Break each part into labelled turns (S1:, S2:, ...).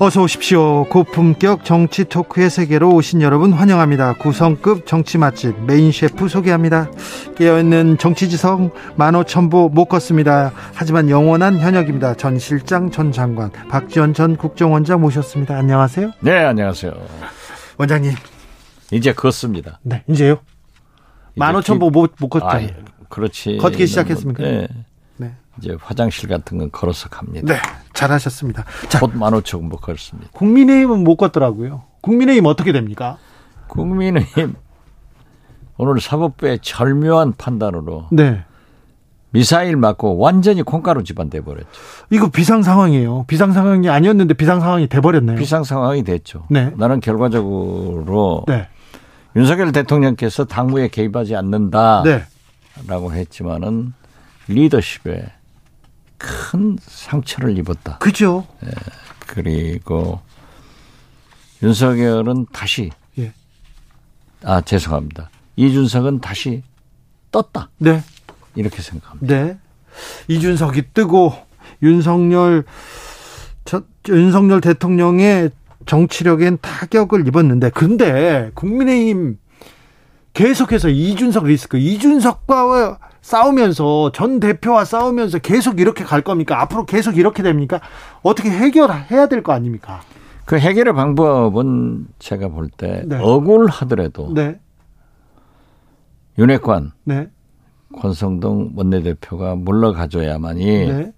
S1: 어서 오십시오. 고품격 정치 토크의 세계로 오신 여러분 환영합니다. 구성급 정치 맛집 메인 셰프 소개합니다. 깨어있는 정치지성 만오천보 못 걷습니다. 하지만 영원한 현역입니다. 전 실장, 전 장관, 박지원 전 국정원장 모셨습니다. 안녕하세요.
S2: 네, 안녕하세요.
S1: 원장님.
S2: 이제 걷습니다.
S1: 네, 이제요. 만오천보 못, 못
S2: 아,
S1: 걷잖아요. 예.
S2: 그렇지.
S1: 걷기 시작했습니까?
S2: 네.
S1: 네.
S2: 이제 화장실 같은 건 걸어서 갑니다.
S1: 네, 잘하셨습니다. 자,
S2: 곧만 오천 뭐 걸습니다.
S1: 국민의힘은 못 걷더라고요. 국민의힘 어떻게 됩니까?
S2: 국민의힘 오늘 사법부의 절묘한 판단으로
S1: 네.
S2: 미사일 맞고 완전히 콩가루 집안 돼버렸죠.
S1: 이거 비상 상황이에요. 비상 상황이 아니었는데 비상 상황이 돼버렸네요.
S2: 비상 상황이 됐죠.
S1: 네.
S2: 나는 결과적으로
S1: 네.
S2: 윤석열 대통령께서 당무에 개입하지 않는다.
S1: 네.
S2: 라고 했지만은 리더십에 큰 상처를 입었다.
S1: 그죠?
S2: 그리고 윤석열은 다시
S1: 예.
S2: 아 죄송합니다. 이준석은 다시 떴다
S1: 네.
S2: 이렇게 생각합니다.
S1: 네. 이준석이 뜨고 윤석열 저, 윤석열 대통령의 정치력엔 타격을 입었는데 근데 국민의힘 계속해서 이준석 리스크, 이준석과 싸우면서 전 대표와 싸우면서 계속 이렇게 갈 겁니까? 앞으로 계속 이렇게 됩니까? 어떻게 해결해야 될 거 아닙니까?
S2: 그 해결의 방법은 제가 볼 때
S1: 네.
S2: 억울하더라도
S1: 네.
S2: 윤핵관
S1: 네.
S2: 권성동 원내대표가 물러가줘야만이
S1: 네.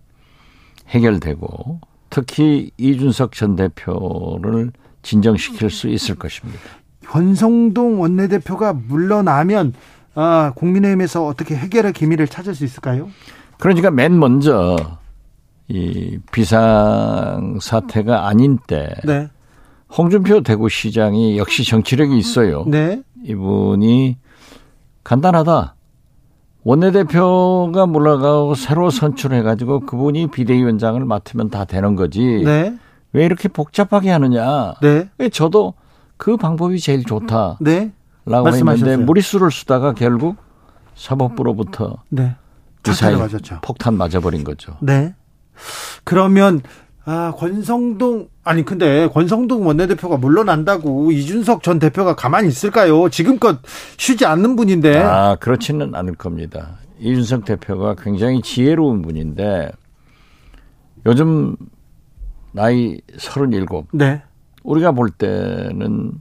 S2: 해결되고 특히 이준석 전 대표를 진정시킬 수 있을 것입니다.
S1: 권성동 원내대표가 물러나면 아, 국민의힘에서 어떻게 해결의 기미를 찾을 수 있을까요?
S2: 그러니까 맨 먼저 이 비상 사태가 아닌 때
S1: 네.
S2: 홍준표 대구시장이 역시 정치력이 있어요.
S1: 네.
S2: 이분이 간단하다. 원내대표가 물러가고 새로 선출해가지고 그분이 비대위원장을 맡으면 다 되는 거지.
S1: 네.
S2: 왜 이렇게 복잡하게 하느냐.
S1: 네.
S2: 왜 저도 그 방법이 제일 좋다라고
S1: 네.
S2: 했는데
S1: 말씀하셨어요.
S2: 무리수를 쓰다가 결국 사법부로부터 그
S1: 네.
S2: 미사일
S1: 작태를 맞았죠.
S2: 폭탄 맞아버린 거죠.
S1: 네. 그러면 아, 권성동 아니 근데 권성동 원내대표가 물러난다고 이준석 전 대표가 가만히 있을까요? 지금껏 쉬지 않는 분인데.
S2: 아, 그렇지는 않을 겁니다. 이준석 대표가 굉장히 지혜로운 분인데 요즘 나이 37
S1: 네.
S2: 우리가 볼 때는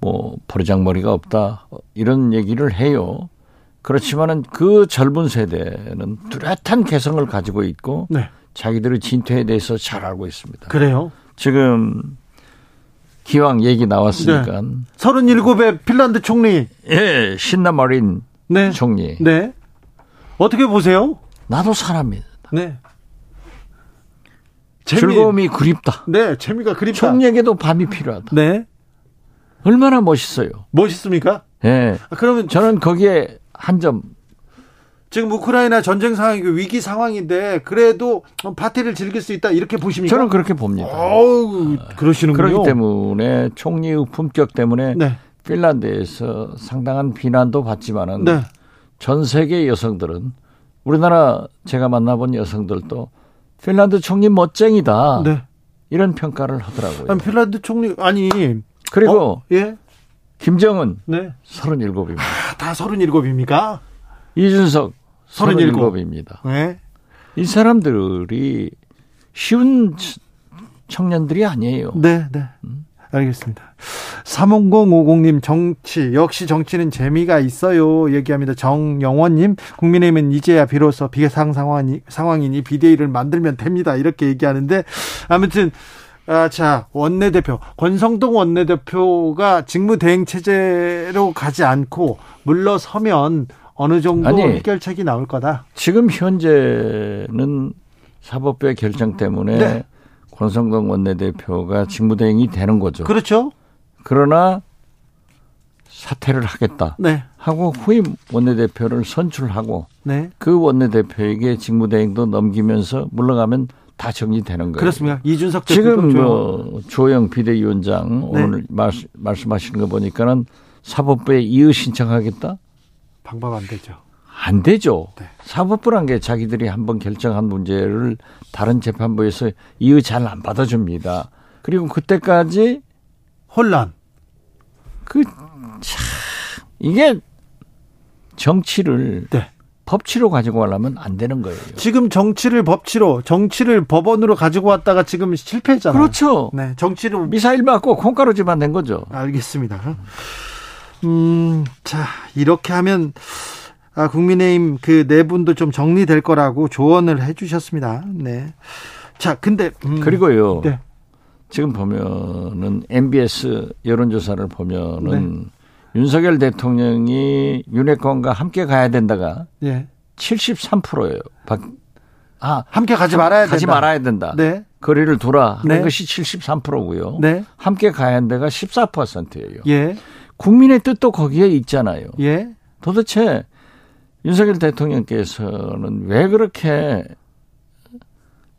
S2: 뭐 버르장머리가 없다 이런 얘기를 해요. 그렇지만은 그 젊은 세대는 뚜렷한 개성을 가지고 있고
S1: 네.
S2: 자기들의 진퇴에 대해서 잘 알고 있습니다.
S1: 그래요.
S2: 지금 기왕 얘기 나왔으니까
S1: 네. 37의 핀란드 총리.
S2: 예, 신나마린
S1: 네.
S2: 총리
S1: 네. 어떻게 보세요?
S2: 나도 사람이다.
S1: 네.
S2: 즐거움이 그립다.
S1: 네, 재미가 그립다.
S2: 총리에게도 밤이 필요하다.
S1: 네.
S2: 얼마나 멋있어요.
S1: 멋있습니까?
S2: 예.
S1: 아, 그러면
S2: 저는 거기에 한 점.
S1: 지금 우크라이나 전쟁 상황이고 그 위기 상황인데 그래도 파티를 즐길 수 있다 이렇게 보십니까?
S2: 저는 그렇게 봅니다.
S1: 어우, 아, 그러시는군요.
S2: 그렇기 때문에 총리의 품격 때문에
S1: 네.
S2: 핀란드에서 상당한 비난도 받지만은
S1: 네.
S2: 전 세계 여성들은 우리나라 제가 만나본 여성들도 핀란드 총리 멋쟁이다.
S1: 네.
S2: 이런 평가를 하더라고요.
S1: 아니, 핀란드 총리 아니.
S2: 뭐 그리고
S1: 어? 예.
S2: 김정은
S1: 네.
S2: 37입니다.
S1: 아, 다 37입니까?
S2: 이준석
S1: 37.
S2: 37입니다.
S1: 네.
S2: 이 사람들이 쉬운 치- 청년들이 아니에요.
S1: 네, 네.
S2: 음.
S1: 알겠습니다. 35050님 정치 역시 정치는 재미가 있어요. 얘기합니다. 정영원님 국민의힘은 이제야 비로소 비상 상황이 상황이니 비대위를 만들면 됩니다. 이렇게 얘기하는데 아무튼 아, 자 원내대표 권성동 원내대표가 직무대행 체제로 가지 않고 물러서면 어느 정도
S2: 아니.
S1: 해결책이 나올 거다.
S2: 지금 현재는 사법부의 결정 때문에
S1: 네.
S2: 권성동 네.
S1: 그-
S2: 원내대표가 직무대행이 되는 거죠.
S1: 그렇죠?
S2: 그러나 사퇴를 하겠다
S1: 네.
S2: 하고 후임 원내대표를 선출하고
S1: 네.
S2: 그 원내대표에게 직무대행도 넘기면서 물러가면 다 정리되는 거예요.
S1: 그렇습니다. 이준석 대표
S2: 지금 뭐 조영 비대위원장
S1: 그렇죠. 네.
S2: 오늘 말, 말씀하시는 거 보니까는 사법부에 이의 신청하겠다?
S1: 방법 안 되죠.
S2: 안 되죠.
S1: 네.
S2: 사법부란 게 자기들이 한번 결정한 문제를 다른 재판부에서 이의 잘 안 받아줍니다. 그리고 그때까지
S1: 혼란.
S2: 그, 참, 이게 정치를
S1: 네.
S2: 법치로 가지고 가려면 안 되는 거예요.
S1: 지금 정치를 법치로, 정치를 법원으로 가지고 왔다가 지금 실패했잖아요.
S2: 그렇죠.
S1: 네. 정치를
S2: 미사일 맞고 콩가루지만 된 거죠.
S1: 알겠습니다. 음, 자, 이렇게 하면 아, 국민의힘 그 네 분도 좀 정리될 거라고 조언을 해 주셨습니다. 네. 자, 근데 음,
S2: 그리고요.
S1: 네.
S2: 지금 보면은 MBS 여론조사를
S1: 네.
S2: 보면은 윤석열 대통령이 윤핵관과 함께 가야 된다가
S1: 예.
S2: 73%예요. 박, 아
S1: 함께 가지 말아야
S2: 가지
S1: 된다.
S2: 말아야 된다.
S1: 네.
S2: 거리를 두라 하는
S1: 네.
S2: 것이 73%고요.
S1: 네.
S2: 함께 가야 한다가 14%예요.
S1: 예.
S2: 국민의 뜻도 거기에 있잖아요.
S1: 예.
S2: 도대체 윤석열 대통령께서는 왜 그렇게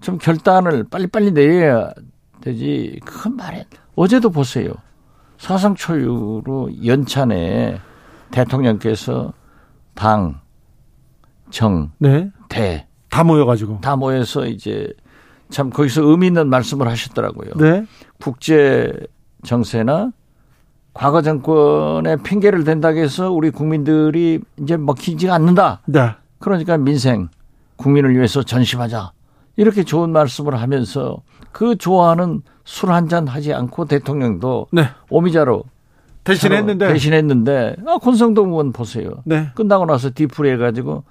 S2: 좀 결단을 빨리빨리 내려야 되지? 그건 말해. 어제도 보세요. 사상 초유로 연찬에 대통령께서 당, 정,
S1: 네.
S2: 대,
S1: 다 모여 가지고.
S2: 다 모여서 이제 참 거기서 의미 있는 말씀을 하셨더라고요.
S1: 네.
S2: 국제 정세나 과거 정권의 핑계를 댄다고 해서 우리 국민들이 이제 먹히지 않는다.
S1: 네.
S2: 그러니까 민생, 국민을 위해서 전심하자. 이렇게 좋은 말씀을 하면서 그 좋아하는 술 한 잔 하지 않고 대통령도
S1: 네.
S2: 오미자로
S1: 대신했는데
S2: 대신했는데 아, 권성동 의원 보세요.
S1: 네.
S2: 끝나고 나서 뒤풀이 해가지고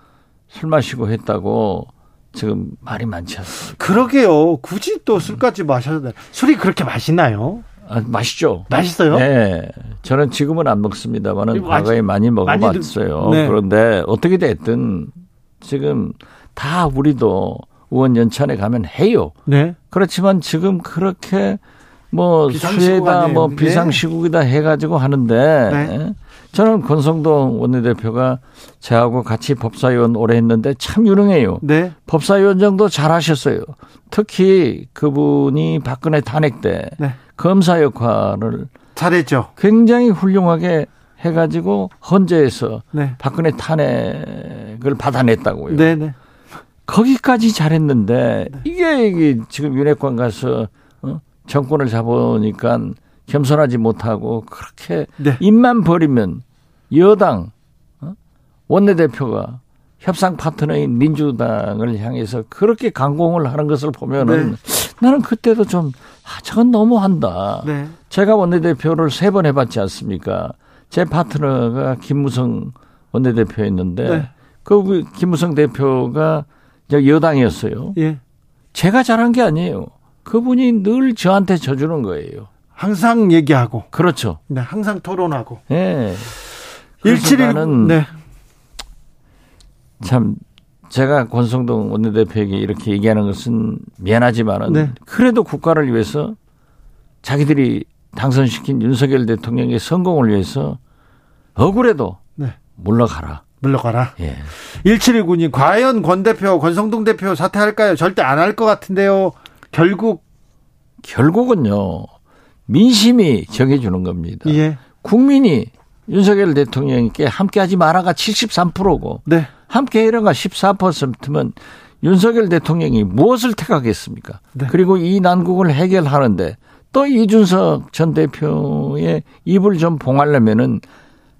S2: 술 마시고 했다고 지금 말이 많지 않습니까?
S1: 그러게요. 굳이 또 술까지 마셔야 돼. 술이 그렇게 맛있나요?
S2: 아, 맛있죠.
S1: 맛있어요?
S2: 네. 저는 지금은 안 먹습니다만은
S1: 이거
S2: 과거에 많이
S1: 많이 드-
S2: 먹어봤어요.
S1: 네.
S2: 그런데 어떻게 됐든 지금 다 우리도 의원 연찬에 가면 해요.
S1: 네.
S2: 그렇지만 지금 그렇게 뭐
S1: 비상시국
S2: 수혜다
S1: 아니에요.
S2: 뭐
S1: 네.
S2: 비상시국이다 해가지고 하는데 예?
S1: 네.
S2: 저는 권성동 원내대표가 저하고 같이 법사위원 오래 했는데 참 유능해요.
S1: 네.
S2: 법사위원장도 잘하셨어요. 특히 그분이 박근혜 탄핵 때
S1: 네.
S2: 검사 역할을
S1: 잘했죠.
S2: 굉장히 훌륭하게 해가지고 헌재에서
S1: 네.
S2: 박근혜 탄핵을 받아냈다고요.
S1: 네, 네.
S2: 거기까지 잘했는데 이게, 이게 지금 윤핵관 가서 어? 정권을 잡으니까 겸손하지 못하고 그렇게
S1: 네.
S2: 입만 버리면 여당 어? 원내대표가 협상 파트너인 민주당을 향해서 그렇게 강공을 하는 것을 보면은
S1: 네.
S2: 나는 그때도 좀 아, 저건 너무한다.
S1: 네.
S2: 제가 원내대표를 세 번 해봤지 않습니까? 제 파트너가 김무성 원내대표였는데
S1: 네.
S2: 그 김무성 대표가 이제 여당이었어요.
S1: 예.
S2: 제가 잘한 게 아니에요. 그분이 늘 저한테 져주는 거예요.
S1: 항상 얘기하고
S2: 그렇죠.
S1: 네, 항상 토론하고
S2: 예. 그래서
S1: 1719
S2: 나는
S1: 네.
S2: 참 제가 권성동 원내대표에게 이렇게 얘기하는 것은 미안하지만은
S1: 네.
S2: 그래도 국가를 위해서 자기들이 당선시킨 윤석열 대통령의 성공을 위해서 억울해도
S1: 네.
S2: 물러가라.
S1: 물러가라.
S2: 예.
S1: 1719님 과연 권 대표, 권성동 대표 사퇴할까요? 절대 안 할 것 같은데요. 결국
S2: 결국은요 민심이 정해주는 겁니다.
S1: 예.
S2: 국민이 윤석열 대통령께 함께하지 마라가 73%고
S1: 네.
S2: 함께 이런가 14%면 윤석열 대통령이 무엇을 택하겠습니까?
S1: 네.
S2: 그리고 이 난국을 해결하는데 또 이준석 전 대표의 입을 좀 봉하려면은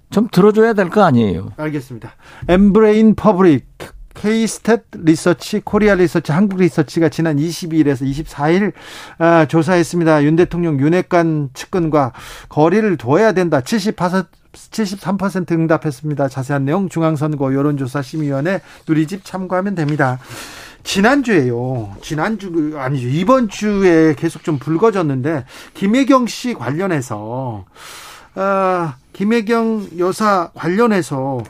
S2: 좀 들어줘야 될 거 아니에요.
S1: 알겠습니다. 엠브레인 퍼블릭 케이스탯 리서치, 코리아 리서치, 한국 리서치가 지난 22일에서 24일 아, 조사했습니다. 윤 대통령 윤핵관 측근과 거리를 둬야 된다. 70% 73% 응답했습니다. 자세한 내용 중앙선거 여론조사심의위원회 누리집 참고하면 됩니다. 지난주에요. 지난주 아니죠. 이번 주에 계속 좀 불거졌는데 김혜경 씨 관련해서 아, 김혜경 여사 관련해서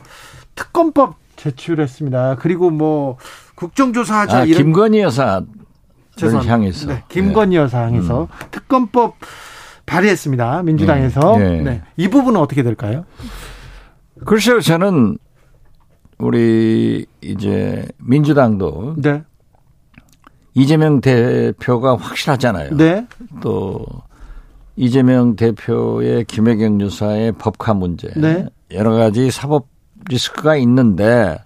S1: 특검법 제출했습니다. 그리고 뭐 국정조사하자
S2: 아,
S1: 이런 네,
S2: 김건희 여사를
S1: 죄송합니다.
S2: 향해서 음.
S1: 네, 김건희 여사 향해서 특검법 발의했습니다. 민주당에서.
S2: 예. 예.
S1: 네. 이 부분은 어떻게 될까요?
S2: 글쎄요, 저는 우리 이제 민주당도
S1: 네.
S2: 이재명 대표가 확실하잖아요.
S1: 네.
S2: 또 이재명 대표의 김혜경 유사의 법카 문제
S1: 네.
S2: 여러 가지 사법 리스크가 있는데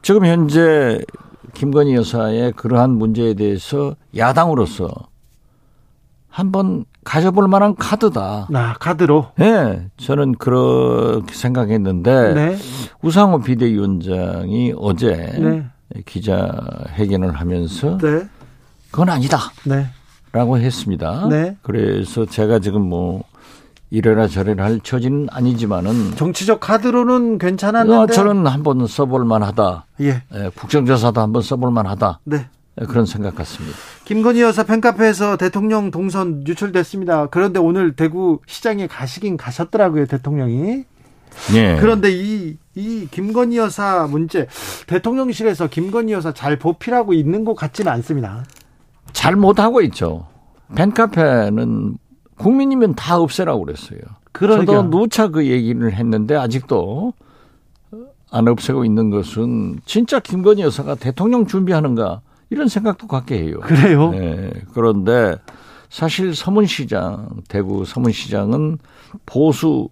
S2: 지금 현재 김건희 여사의 그러한 문제에 대해서 야당으로서 한번 가져볼 만한 카드다.
S1: 나 카드로.
S2: 예, 저는 그렇게 생각했는데
S1: 네.
S2: 우상호 비대위원장이 어제
S1: 네.
S2: 기자 회견을 하면서
S1: 네.
S2: 그건 아니다.
S1: 네.
S2: 라고 했습니다.
S1: 네.
S2: 그래서 제가 지금 뭐 이래라 저래라 할 처지는 아니지만은
S1: 정치적 카드로는 괜찮았는데.
S2: 어, 저는 한번 써볼 만하다.
S1: 예.
S2: 예, 국정조사도 한번 써볼 만하다.
S1: 네.
S2: 예, 그런 생각 같습니다.
S1: 김건희 여사 팬카페에서 대통령 동선 유출됐습니다. 그런데 오늘 대구 시장에 가시긴 가셨더라고요, 대통령이.
S2: 예.
S1: 그런데 이, 이 김건희 여사 문제, 대통령실에서 김건희 여사 잘 보필하고 있는 것 같지는 않습니다.
S2: 잘 못하고 있죠. 팬카페는 국민이면 다 없애라고 그랬어요.
S1: 그러니까.
S2: 저도 누차 그 얘기를 했는데 아직도 안 없애고 있는 것은 진짜 김건희 여사가 대통령 준비하는가 이런 생각도 갖게 해요.
S1: 그래요?
S2: 예, 그런데 사실 서문시장, 대구 서문시장은 보수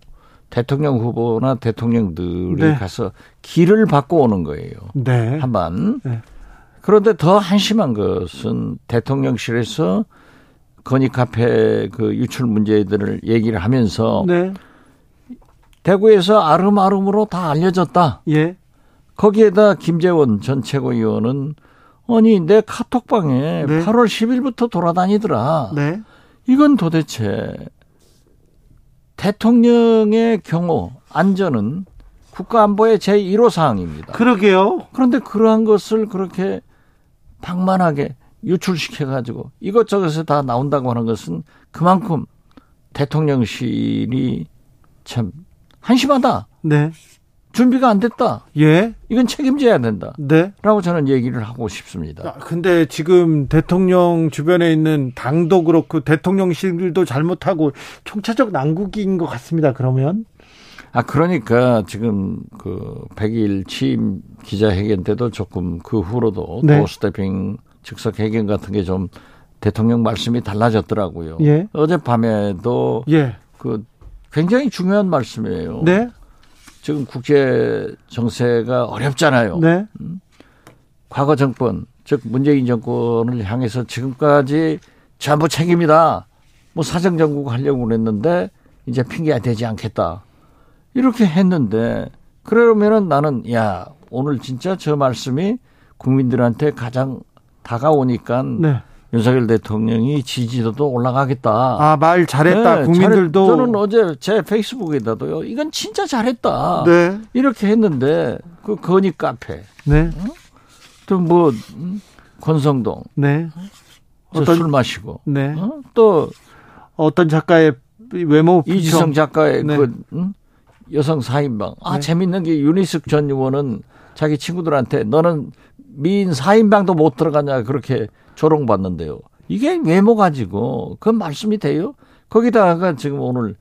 S2: 대통령 후보나 대통령들이
S1: 네.
S2: 가서 길을 바꿔 오는 거예요.
S1: 네.
S2: 한반.
S1: 네.
S2: 그런데 더 한심한 것은 대통령실에서 건희 카페 그 유출 문제들을 얘기를 하면서
S1: 네.
S2: 대구에서 아름아름으로 다 알려졌다.
S1: 예.
S2: 거기에다 김재원 전 최고위원은 아니 내 카톡방에
S1: 네.
S2: 8월 10일부터 돌아다니더라.
S1: 네.
S2: 이건 도대체 대통령의 경우 안전은 국가안보의 제1호 사항입니다.
S1: 그러게요.
S2: 그런데 그러한 것을 그렇게 방만하게 유출시켜 가지고 이것저것에 다 나온다고 하는 것은 그만큼 대통령실이 참 한심하다.
S1: 네.
S2: 준비가 안 됐다.
S1: 예.
S2: 이건 책임져야 된다.
S1: 네.
S2: 라고 저는 얘기를 하고 싶습니다.
S1: 아, 근데 지금 대통령 주변에 있는 당도 그렇고 대통령실도 잘못하고 총체적 난국인 것 같습니다. 그러면
S2: 아, 그러니까 지금 그 100일 취임 기자회견 때도 조금 그 후로도
S1: 네.
S2: 도스태핑 즉석 회견 같은 게 좀 대통령 말씀이 달라졌더라고요.
S1: 예.
S2: 어젯밤에도
S1: 예.
S2: 그 굉장히 중요한 말씀이에요.
S1: 네.
S2: 지금 국제 정세가 어렵잖아요.
S1: 네.
S2: 과거 정권, 즉 문재인 정권을 향해서 지금까지 전부 책임이다. 뭐 사정 정국 하려고 그랬는데 이제 핑계가 되지 않겠다. 이렇게 했는데 그러면은 나는 야 오늘 진짜 저 말씀이 국민들한테 가장 다가오니까
S1: 네.
S2: 윤석열 대통령이 지지도도 올라가겠다.
S1: 아, 말 잘했다.
S2: 네,
S1: 국민들도
S2: 잘했- 저는 어제 제 페이스북에다도요. 이건 진짜 잘했다.
S1: 네.
S2: 이렇게 했는데 그 건희 카페
S1: 네.
S2: 또 뭐 권성동
S1: 네.
S2: 저
S1: 어떤-
S2: 술 마시고
S1: 네.
S2: 어? 또
S1: 어떤 작가의 외모
S2: 이지성 작가의
S1: 네.
S2: 그 응? 여성 사인방 아
S1: 네.
S2: 재밌는 게 윤희숙 전 의원은 자기 친구들한테 너는 미인 사인방도 못 들어가냐 그렇게 조롱받는데요. 이게 외모 가지고 그 말씀이 돼요? 거기다가 지금 오늘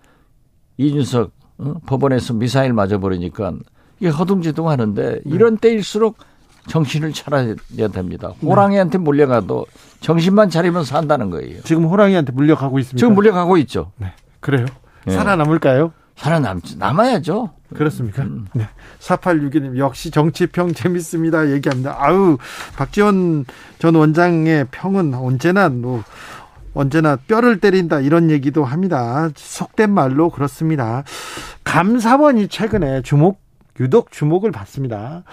S2: 이준석 어? 법원에서 미사일 맞아버리니까 이게 허둥지둥
S1: 네.
S2: 하는데 이런 때일수록 정신을 차려야 됩니다.
S1: 네.
S2: 호랑이한테 몰려가도 정신만 차리면 산다는 거예요.
S1: 지금 호랑이한테 물려가고 있습니다. 네,
S2: 지금 물려가고 있죠.
S1: 그래요.
S2: 예.
S1: 살아남을까요?
S2: 살아남지 남아야죠.
S1: 그렇습니까? 네. 4862님 역시 정치평 재밌습니다. 얘기합니다. 아우 박지원 전 원장의 평은 언제나 뭐 언제나 뼈를 때린다 이런 얘기도 합니다. 속된 말로 그렇습니다. 감사원이 최근에 주목 유독 주목을 받습니다.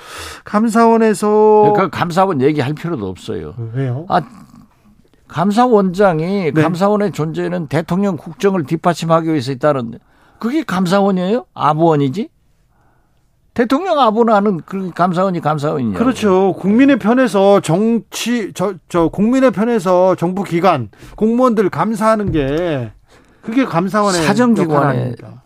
S1: 감사원에서
S2: 그 감사원 얘기할 필요도 없어요.
S1: 왜요?
S2: 아 감사원장이
S1: 네.
S2: 감사원의 존재는 대통령 국정을 뒷받침하기 위해서 있다는데 그게 감사원이에요? 아부원이지? 대통령 아부나는 그 감사원이 감사원이냐?
S1: 그렇죠. 국민의 편에서 정치 저 저 국민의 편에서 정부 기관 공무원들 감사하는 게 그게 감사원의
S2: 사정기관의
S1: 역할 아닙니까?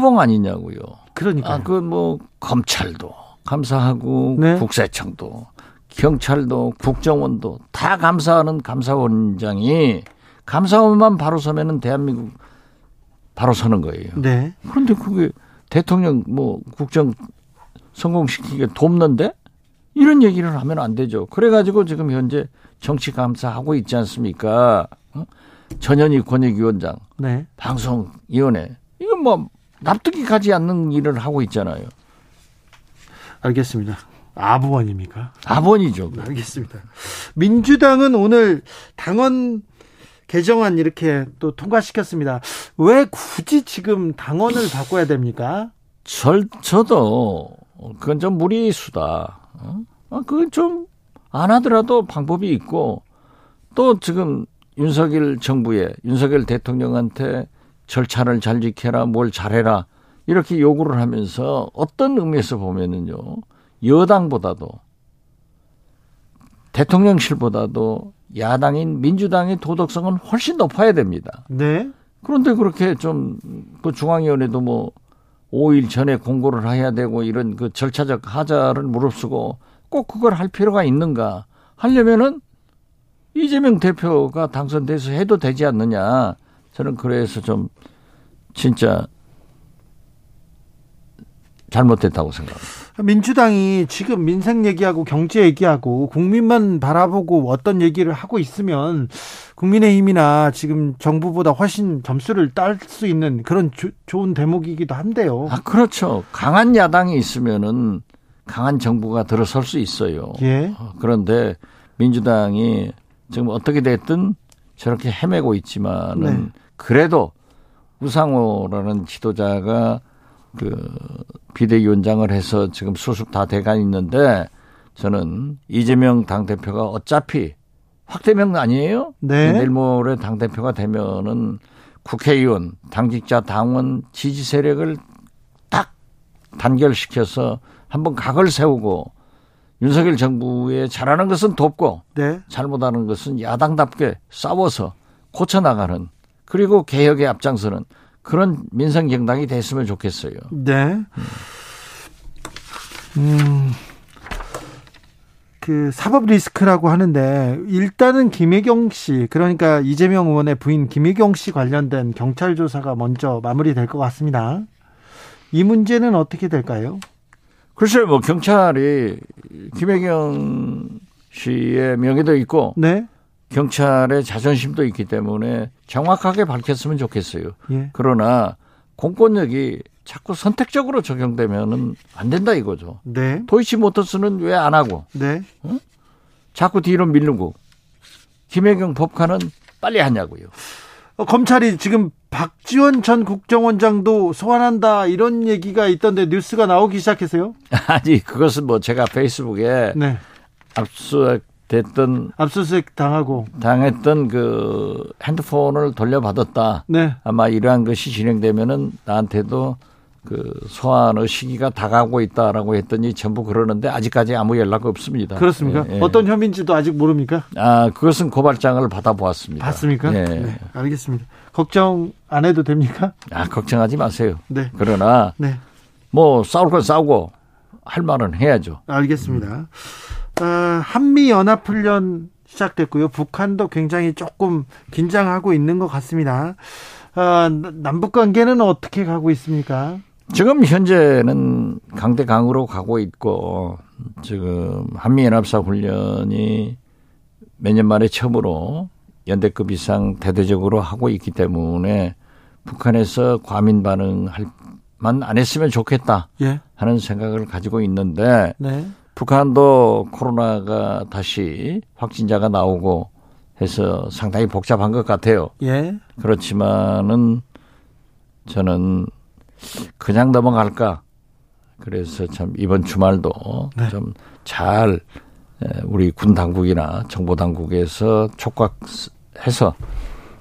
S2: 최고봉 아니냐고요.
S1: 그러니까
S2: 아,
S1: 요
S2: 그 뭐 검찰도 감사하고
S1: 네.
S2: 국세청도 경찰도 국정원도 다 감사하는 감사원장이 감사원만 바로 서면은 대한민국 바로 서는 거예요.
S1: 네.
S2: 그런데 그게 대통령 뭐 국정 성공시키기에 돕는데 이런 얘기를 하면 안 되죠. 그래가지고 지금 현재 정치 감사하고 있지 않습니까? 어? 전현희 권익위원장
S1: 네.
S2: 방송위원회 이건 뭐 납득이 가지 않는 일을 하고 있잖아요.
S1: 알겠습니다. 아부원입니까?
S2: 아버지죠. 그거.
S1: 알겠습니다. 민주당은 오늘 당원 개정안 이렇게 또 통과시켰습니다. 왜 굳이 지금 당원을 바꿔야 됩니까?
S2: 절 저도 그건 좀 무리수다. 어? 아, 그건 좀 안 하더라도 방법이 있고 또 지금 윤석열 정부에 윤석열 대통령한테 절차를 잘 지켜라 뭘 잘해라 이렇게 요구를 하면서 어떤 의미에서 보면은요 여당보다도 대통령실보다도 야당인 민주당의 도덕성은 훨씬 높아야 됩니다.
S1: 네.
S2: 그런데 그렇게 좀 그 중앙위원회도 뭐 5일 전에 공고를 해야 되고 이런 그 절차적 하자를 무릅쓰고 꼭 그걸 할 필요가 있는가 하려면은 이재명 대표가 당선돼서 해도 되지 않느냐 저는 그래서 좀 진짜 잘못됐다고 생각합니다.
S1: 민주당이 지금 민생 얘기하고 경제 얘기하고 국민만 바라보고 어떤 얘기를 하고 있으면 국민의힘이나 지금 정부보다 훨씬 점수를 딸 수 있는 그런 조- 좋은 대목이기도 한데요.
S2: 아 그렇죠. 강한 야당이 있으면은 강한 정부가 들어설 수 있어요.
S1: 예.
S2: 어, 그런데 민주당이 지금 어떻게 됐든 저렇게 헤매고 있지만은
S1: 네.
S2: 그래도 우상호라는 지도자가 그 비대위원장을 해서 지금 수습 다 돼가 있는데 저는 이재명 당대표가 어차피 확대명 아니에요?
S1: 네.
S2: 내일 모레 당대표가 되면은 국회의원, 당직자, 당원, 지지 세력을 딱 단결시켜서 한번 각을 세우고 윤석열 정부의 잘하는 것은 돕고
S1: 네.
S2: 잘못하는 것은 야당답게 싸워서 고쳐나가는 그리고 개혁에 앞장서는 그런 민생 정당이 됐으면 좋겠어요.
S1: 네. 음. 그 사법 리스크라고 하는데 일단은 김혜경 씨 그러니까 이재명 의원의 부인 김혜경 씨 관련된 경찰 조사가 먼저 마무리될 것 같습니다. 이 문제는 어떻게 될까요?
S2: 글쎄요, 뭐 경찰이 김혜경 씨의 명예도 있고
S1: 네.
S2: 경찰의 자존심도 있기 때문에 정확하게 밝혔으면 좋겠어요.
S1: 예.
S2: 그러나 공권력이 자꾸 선택적으로 적용되면은 안 된다 이거죠.
S1: 네.
S2: 도이치모터스는 왜 안 하고
S1: 네.
S2: 자꾸 뒤로 밀르고 김혜경 법관은 빨리 하냐고요.
S1: 어, 검찰이 지금 박지원 전 국정원장도 소환한다 이런 얘기가 있던데 뉴스가 나오기 시작했어요?
S2: 아니 그것은 뭐 제가 페이스북에
S1: 네.
S2: 압수됐던
S1: 압수수색 당하고.
S2: 당했던 그 핸드폰을 돌려받았다.
S1: 네.
S2: 아마 이러한 것이 진행되면은 나한테도 그 소환의 시기가 다가오고 있다라고 했더니 전부 그러는데 아직까지 아무 연락 없습니다.
S1: 그렇습니까?
S2: 예, 예.
S1: 어떤 혐의인지도 아직 모릅니까?
S2: 아 그것은 고발장을 받아보았습니다.
S1: 봤습니까?
S2: 예.
S1: 네, 알겠습니다. 걱정 안 해도 됩니까?
S2: 아 걱정하지 마세요.
S1: 네.
S2: 그러나
S1: 네.
S2: 뭐 싸울 건 싸우고 할 말은 해야죠.
S1: 알겠습니다. 어, 한미 연합 훈련 시작됐고요. 북한도 굉장히 조금 긴장하고 있는 것 같습니다. 어, 남북 관계는 어떻게 가고 있습니까?
S2: 지금 현재는 강대 강으로 가고 있고 지금 한미연합사 훈련이 몇 년 만에 처음으로 연대급 이상 대대적으로 하고 있기 때문에 북한에서 과민 반응할만 안 했으면 좋겠다
S1: 예.
S2: 하는 생각을 가지고 있는데
S1: 네.
S2: 북한도 코로나가 다시 확진자가 나오고 해서 상당히 복잡한 것 같아요.
S1: 예.
S2: 그렇지만은 저는 그냥 넘어갈까. 그래서 참 이번 주말도
S1: 네.
S2: 좀 잘 우리 군 당국이나 정보 당국에서 촉각해서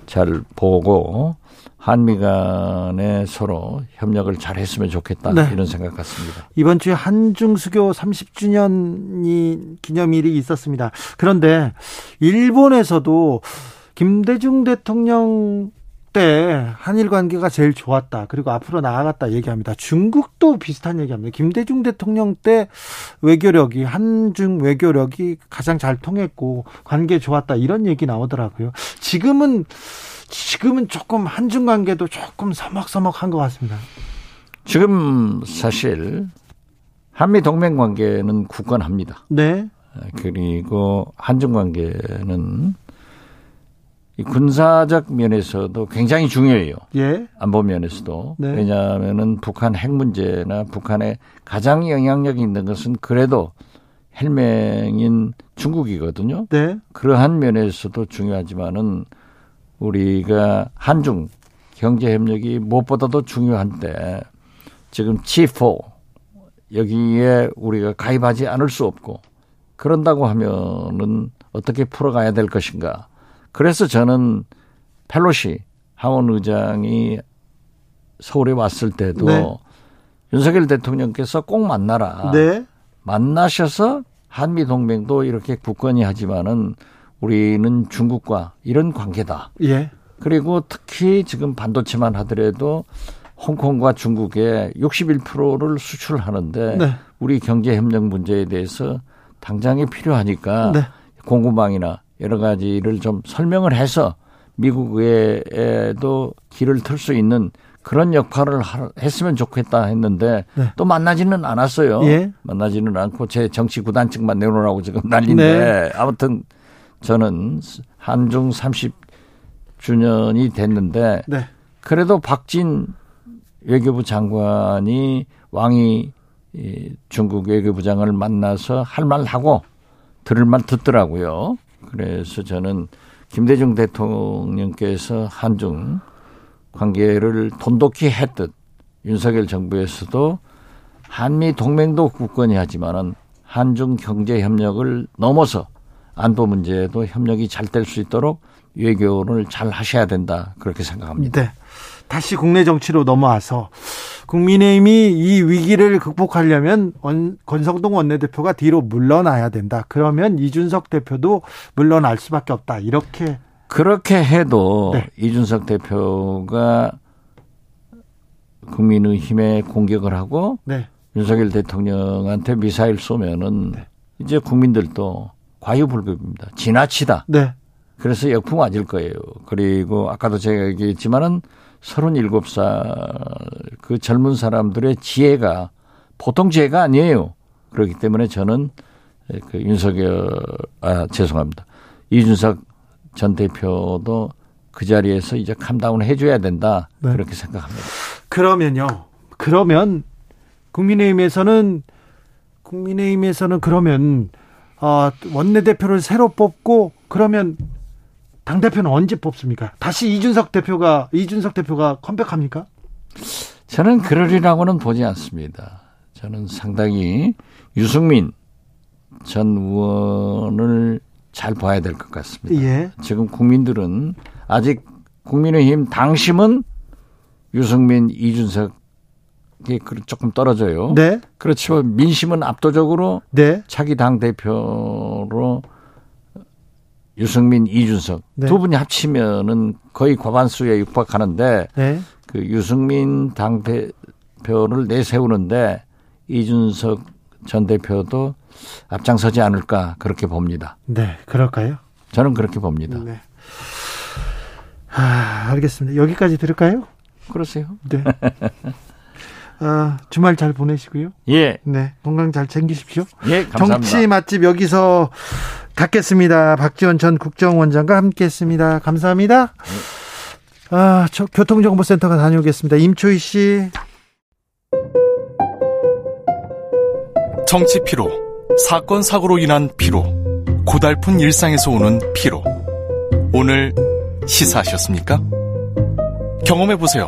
S2: 잘 보고 한미 간에 서로 협력을 잘 했으면 좋겠다
S1: 네.
S2: 이런 생각 같습니다.
S1: 이번 주에 한중 수교 30주년이 기념일이 있었습니다. 그런데 일본에서도 김대중 대통령 때 한일 관계가 제일 좋았다. 그리고 앞으로 나아갔다 얘기합니다. 중국도 비슷한 얘기합니다. 김대중 대통령 때 외교력이 한중 외교력이 가장 잘 통했고 관계 좋았다 이런 얘기 나오더라고요. 지금은 지금은 조금 한중 관계도 조금 서먹서먹한 것 같습니다.
S2: 지금 사실 한미 동맹 관계는 굳건합니다.
S1: 네.
S2: 그리고 한중 관계는 이 군사적 면에서도 굉장히 중요해요.
S1: 예.
S2: 안보 면에서도
S1: 네.
S2: 왜냐하면은 북한 핵 문제나 북한에 가장 영향력이 있는 것은 그래도 헬맹인 중국이거든요.
S1: 네.
S2: 그러한 면에서도 중요하지만은 우리가 한중 경제 협력이 무엇보다도 중요한데 지금 G4 여기에 우리가 가입하지 않을 수 없고 그런다고 하면은 어떻게 풀어가야 될 것인가. 그래서 저는 펠로시 하원 의장이 서울에 왔을 때도
S1: 네.
S2: 윤석열 대통령께서 꼭 만나라.
S1: 네.
S2: 만나셔서 한미 동맹도 이렇게 굳건히 하지만은 우리는 중국과 이런 관계다.
S1: 예.
S2: 그리고 특히 지금 반도체만 하더라도 홍콩과 중국의 61%를 수출하는데
S1: 네.
S2: 우리 경제 협력 문제에 대해서 당장이 필요하니까
S1: 네.
S2: 공급망이나 여러 가지를 좀 설명을 해서 미국에도 길을 틀 수 있는 그런 역할을 하- 했으면 좋겠다 했는데
S1: 네.
S2: 또 만나지는 않았어요.
S1: 예.
S2: 만나지는 않고 제 정치 구단증만 내놓으라고 지금
S1: 네.
S2: 난리인데 아무튼 저는 한중 30주년이 됐는데
S1: 네.
S2: 그래도 박진 외교부 장관이 왕이 이 중국 외교부장을 만나서 할 말 하고 들을 말 듣더라고요. 그래서 저는 김대중 대통령께서 한중 관계를 돈독히 했듯 윤석열 정부에서도 한미 동맹도 굳건히 하지만은 한중 경제 협력을 넘어서 안보 문제에도 협력이 잘 될 수 있도록 외교를 잘 하셔야 된다 그렇게 생각합니다.
S1: 네. 다시 국내 정치로 넘어와서 국민의힘이 이 위기를 극복하려면 원- 권성동 원내대표가 뒤로 물러나야 된다. 그러면 이준석 대표도 물러날 수밖에 없다. 이렇게
S2: 그렇게 해도
S1: 네.
S2: 이준석 대표가 국민의힘에 공격을 하고
S1: 네.
S2: 윤석열 대통령한테 미사일 쏘면은 이제 국민들도 과유불급입니다. 지나치다.
S1: 네.
S2: 그래서 역풍 맞을 거예요. 그리고 아까도 제가 얘기했지만은 37살 그 젊은 사람들의 지혜가 보통 지혜가 아니에요. 그렇기 때문에 저는 그 윤석열 아 죄송합니다. 이준석 전 대표도 그 자리에서 이제 캄다운 해줘야 된다
S1: 네.
S2: 그렇게 생각합니다.
S1: 그러면요. 그러면 국민의힘에서는 국민의힘에서는 그러면 어, 원내대표를 새로 뽑고 그러면 당 대표는 언제 뽑습니까? 다시 이준석 대표가 이준석 대표가 컴백합니까?
S2: 저는 그러리라고는 보지 않습니다. 저는 상당히 유승민 전 의원을 잘 봐야 될 것 같습니다.
S1: 예.
S2: 지금 국민들은 아직 국민의힘 당심은 유승민, 이준석이 그- 조금 떨어져요.
S1: 네.
S2: 그렇지만 민심은 압도적으로
S1: 네.
S2: 차기 당 대표로 유승민, 이준석
S1: 네.
S2: 두 분이 합치면은 거의 과반수에 육박하는데
S1: 네.
S2: 그 유승민 당 대표를 내세우는데 이준석 전 대표도 앞장서지 않을까 그렇게 봅니다.
S1: 네, 그럴까요?
S2: 저는 그렇게 봅니다.
S1: 네. 아, 알겠습니다. 여기까지 들을까요?
S2: 그러세요?
S1: 네. 아, 주말 잘 보내시고요.
S2: 예.
S1: 네, 건강 잘 챙기십시오.
S2: 예, 감사합니다.
S1: 정치 맛집 여기서 닫겠습니다. 박지원 전 국정원장과 함께했습니다. 감사합니다.
S2: 네.
S1: 아, 저 교통정보센터가 다녀오겠습니다. 임초희 씨.
S3: 정치 피로, 사건 사고로 인한 피로, 고달픈 일상에서 오는 피로. 오늘 시사하셨습니까? 경험해 보세요.